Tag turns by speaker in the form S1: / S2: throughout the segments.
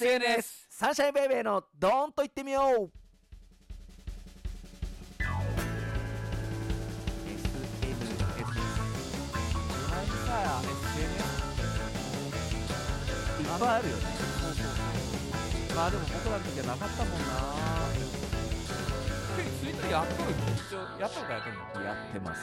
S1: SNS
S2: サンシャインベイベーのドーンと言ってみよう
S1: SNS いっぱいあるよねまあでも僕らの時はなかったもんなツイッターやっとる一応やっとるからやってるの
S2: やってます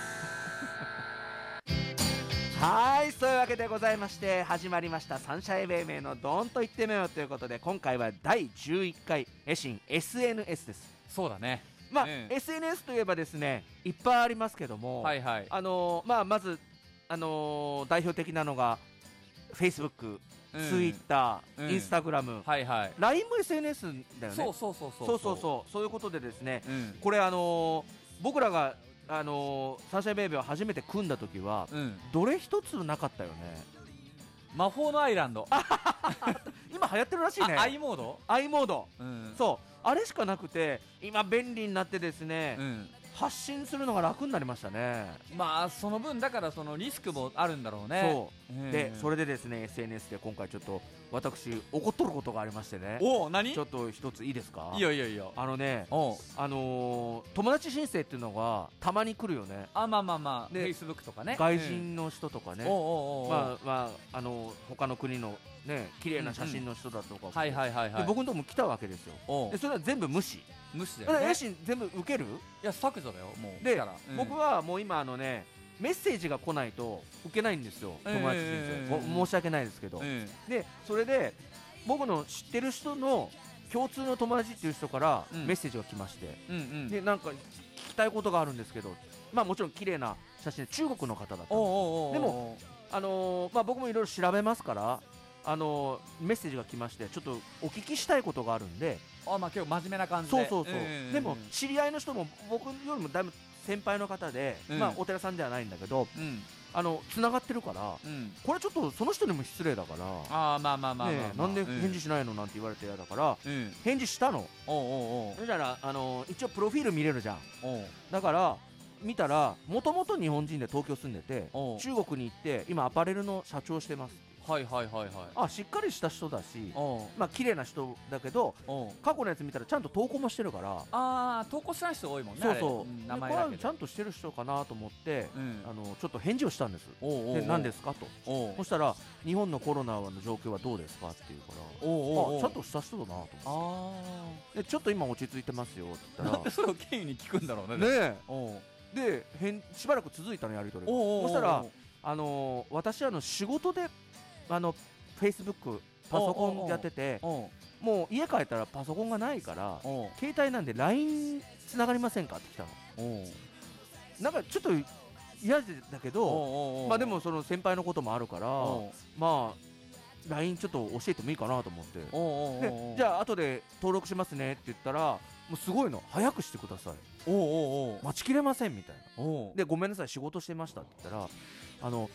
S2: はいそういうわけでございまして始まりましたサンシャインベイベーのドーンと言ってみようということで今回は第11回エシン SNS です
S1: そうだね
S2: まあ、
S1: ええ
S2: SNS といえばですねいっぱいありますけども、
S1: はいはい
S2: あのーまあ、まず、あのー代表的なのが Facebook、
S1: うん
S2: Twitter、
S1: うん
S2: Instagram、
S1: はいはい
S2: LINE も SNS だよね
S1: そうそうそうそう
S2: そうそうそうそういうことでですね、
S1: うん
S2: これ、あのー僕らが、あのーサンシャインベイベーを初めて組んだ時は
S1: うん
S2: どれ一つなかったよね
S1: 魔法のアイランドあ
S2: 今流行ってるらしいね
S1: アイモード
S2: i モード
S1: うん
S2: そうあれしかなくて今便利になってですね、
S1: うん
S2: 発信するのが楽になりましたね
S1: まあその分だからそのリスクもあるんだろうね、
S2: そう
S1: ん
S2: でそれでですね SNS で今回ちょっと私怒っとることがありましてね
S1: おお何
S2: ちょっと一ついいですか
S1: いいよいいよいいよ
S2: あのね
S1: おう
S2: あのー友達申請っていうのがたまに来るよね
S1: あまあまあまあフェ
S2: で
S1: イスブックとかね
S2: 外、人の人とか
S1: う
S2: ね、
S1: んおうおうおう、
S2: まあまああのー他の国のね綺麗な写真の人だとか、
S1: はいはいはいはい
S2: で僕のとこも来たわけですよ
S1: おう
S2: でそれは全部無視
S1: 無視だ
S2: だか
S1: よ、
S2: ら
S1: ね、
S2: エ
S1: い
S2: イシン全部受ける
S1: や削除だよもう
S2: で
S1: だから、うん
S2: 僕はもう今あのねメッセージが来ないと受けないんですよ友達申請、
S1: ええ
S2: ご申し訳ないですけど、
S1: うん
S2: でそれで僕の知ってる人の共通の友達っていう人から
S1: うん
S2: メッセージが来まして、
S1: うんうん
S2: でなんか聞きたいことがあるんですけど、まあ、もちろん綺麗な写真で中国の方だった
S1: お
S2: の、
S1: うおうおう
S2: でもあのーまあ、僕もいろいろ調べますから、あのーメッセージが来ましてちょっとお聞きしたいことがあるんで
S1: あまあ今日真面目な感じ
S2: そう
S1: で
S2: そうそう、
S1: ん
S2: でも知り合いの人も僕よりもだいぶ先輩の方で、
S1: うん
S2: まあ、お寺さんではないんだけど
S1: うん
S2: あの繋がってるから
S1: うん
S2: これちょっとその人にも失礼だから。
S1: ああまあまあまあまあ、
S2: ね
S1: まあ
S2: えなんで返事しないのなんて言われて嫌だから
S1: うん、うん、
S2: 返事したの
S1: おうおう
S2: そしたらあの一応プロフィール見れるじゃん
S1: おうおう
S2: だから見たらもともと日本人で東京住んでて
S1: おう
S2: 中国に行って今アパレルの社長してます
S1: はいはいはいはい
S2: あしっかりした人だし
S1: おう
S2: まあ綺麗な人だけど
S1: おう
S2: 過去のやつ見たらちゃんと投稿もしてるから
S1: ああ投稿しない人多いもんね
S2: そうそ
S1: あれ
S2: うんで
S1: 名
S2: こ
S1: 前
S2: れ
S1: だ
S2: は
S1: けで
S2: ちゃんとしてる人かなと思って
S1: うん
S2: あのちょっと返事をしたんです
S1: おうおうお
S2: で
S1: う
S2: 何ですかと
S1: おう
S2: そしたら日本のコロナの状況はどうですかっていうから
S1: おうおうおう
S2: あちゃんとした人だなと思って
S1: ああ
S2: でちょっと今落ち着いてますよって
S1: ー
S2: 言っ
S1: な
S2: た
S1: んでそれを経由に聞くんだろ うね
S2: らね
S1: おう
S2: えで返しばらく続いたのやり取りが
S1: おうおうおう
S2: そしたら、あのー私あの仕事であの Facebook パソコンやってて
S1: おう
S2: もう家帰ったらパソコンがないから
S1: おう
S2: 携帯なんで LINE つながりませんかって来たの
S1: おう
S2: なんかちょっと嫌だけど
S1: おうおう
S2: まあでもその先輩のこともあるから
S1: おう
S2: まあ LINE ちょっと教えてもいいかなと思って
S1: おうおうおうお
S2: で
S1: う
S2: じゃあ後で登録しますねって言ったらもうすごいの早くしてください
S1: おうおうおう
S2: 待ちきれませんみたいな
S1: おう
S2: でごめんなさい仕事してましたって言ったらあの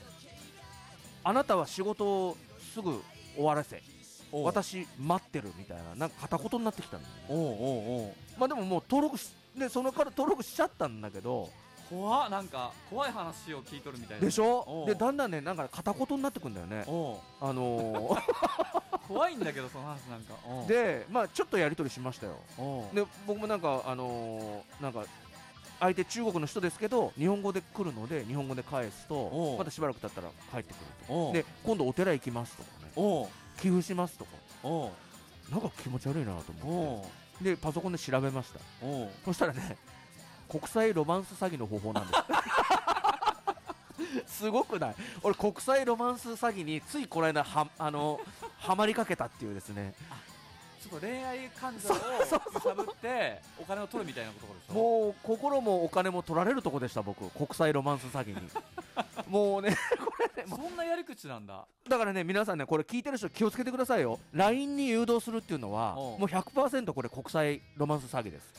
S2: あなたは仕事をすぐ終わらせ
S1: おう
S2: 私待ってるみたいななんか片言になってきたんだよね
S1: おうおうおう
S2: まあでももう登録しでそのから登録しちゃったんだけど
S1: 怖っなんか怖い話を聞いとるみたいな
S2: でしょ
S1: おう
S2: でだんだんねなんか片言になってくんだよね
S1: おう
S2: あ のー
S1: 怖いんだけどその話なんかおう
S2: でまあちょっとやり取りしましたよ
S1: おう
S2: で僕もなんかあのーなんか相手中国の人ですけど日本語で来るので日本語で返す
S1: お
S2: と
S1: う
S2: またしばらく経ったら帰ってくる
S1: お
S2: と
S1: う
S2: で今度お寺行きますとかね
S1: おう
S2: 寄付しますとか
S1: おう
S2: なんか気持ち悪いなと思っ
S1: おう
S2: てでパソコンで調べました
S1: おう
S2: そしたらね国際ロマンス詐欺の方法なん ですすごくない俺国際ロマンス詐欺についこの間はあのはまりかけたっていうですね
S1: ちょっと恋愛感情を揺さぶってお金を取るみたいなところでしょ
S2: もう心もお金も取られるとこでした僕国際ロマンス詐欺にもうね
S1: そんなやり口なんだ
S2: だからね皆さんねこれ聞いてる人気をつけてくださいよ LINE に誘導するっていうのはも
S1: おう
S2: う100%これ国際ロマンス詐欺です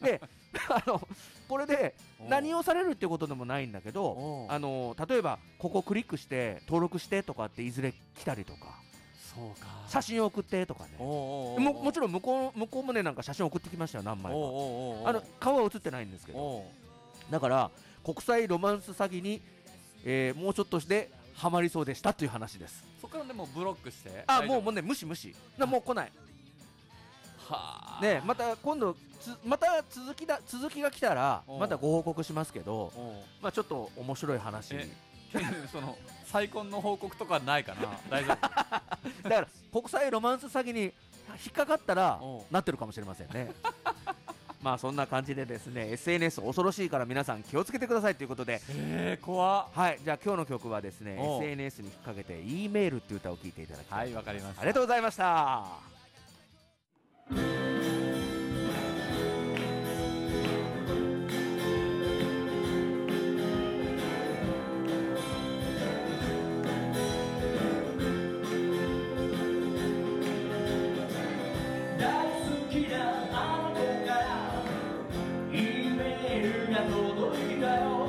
S2: であのこれで
S1: おう
S2: 何をされるってことでもないんだけど
S1: おう
S2: あの例えばここクリックして登録してとかっていずれ来たりとか
S1: そうか
S2: 写真送ってとかね
S1: おうおうおう
S2: ももち
S1: ろん
S2: ろん向こう向こうもねなんか写真送ってきましたよ何枚か
S1: おうおうおう
S2: あの顔は写ってないんですけど
S1: おう
S2: だから国際ロマンス詐欺に、えーもうちょっとしてハマりそうでしたという話です
S1: そこからでもうブロックして
S2: あもうもう
S1: う
S2: ね無視無視なもう来ない
S1: はあ
S2: ねまた今度つまた続きだ続きが来たら
S1: うん
S2: またご報告しますけど
S1: おう
S2: まあちょっと面白い話
S1: え その再婚の報告とかないかな大丈夫
S2: だから国際ロマンス詐欺に引っかかったら
S1: うん
S2: なってるかもしれませんね まあそんな感じでですね SNS 恐ろしいから皆さん気をつけてくださいということで
S1: えー、怖っ
S2: はいじゃあ今日の曲はですね
S1: おう
S2: SNS に引っ掛けて E メールっていう歌を聴いていただきたいと思います
S1: はいわかりました
S2: ありがとうございました。
S3: 「大好きなあの子からイメールが届いたよ」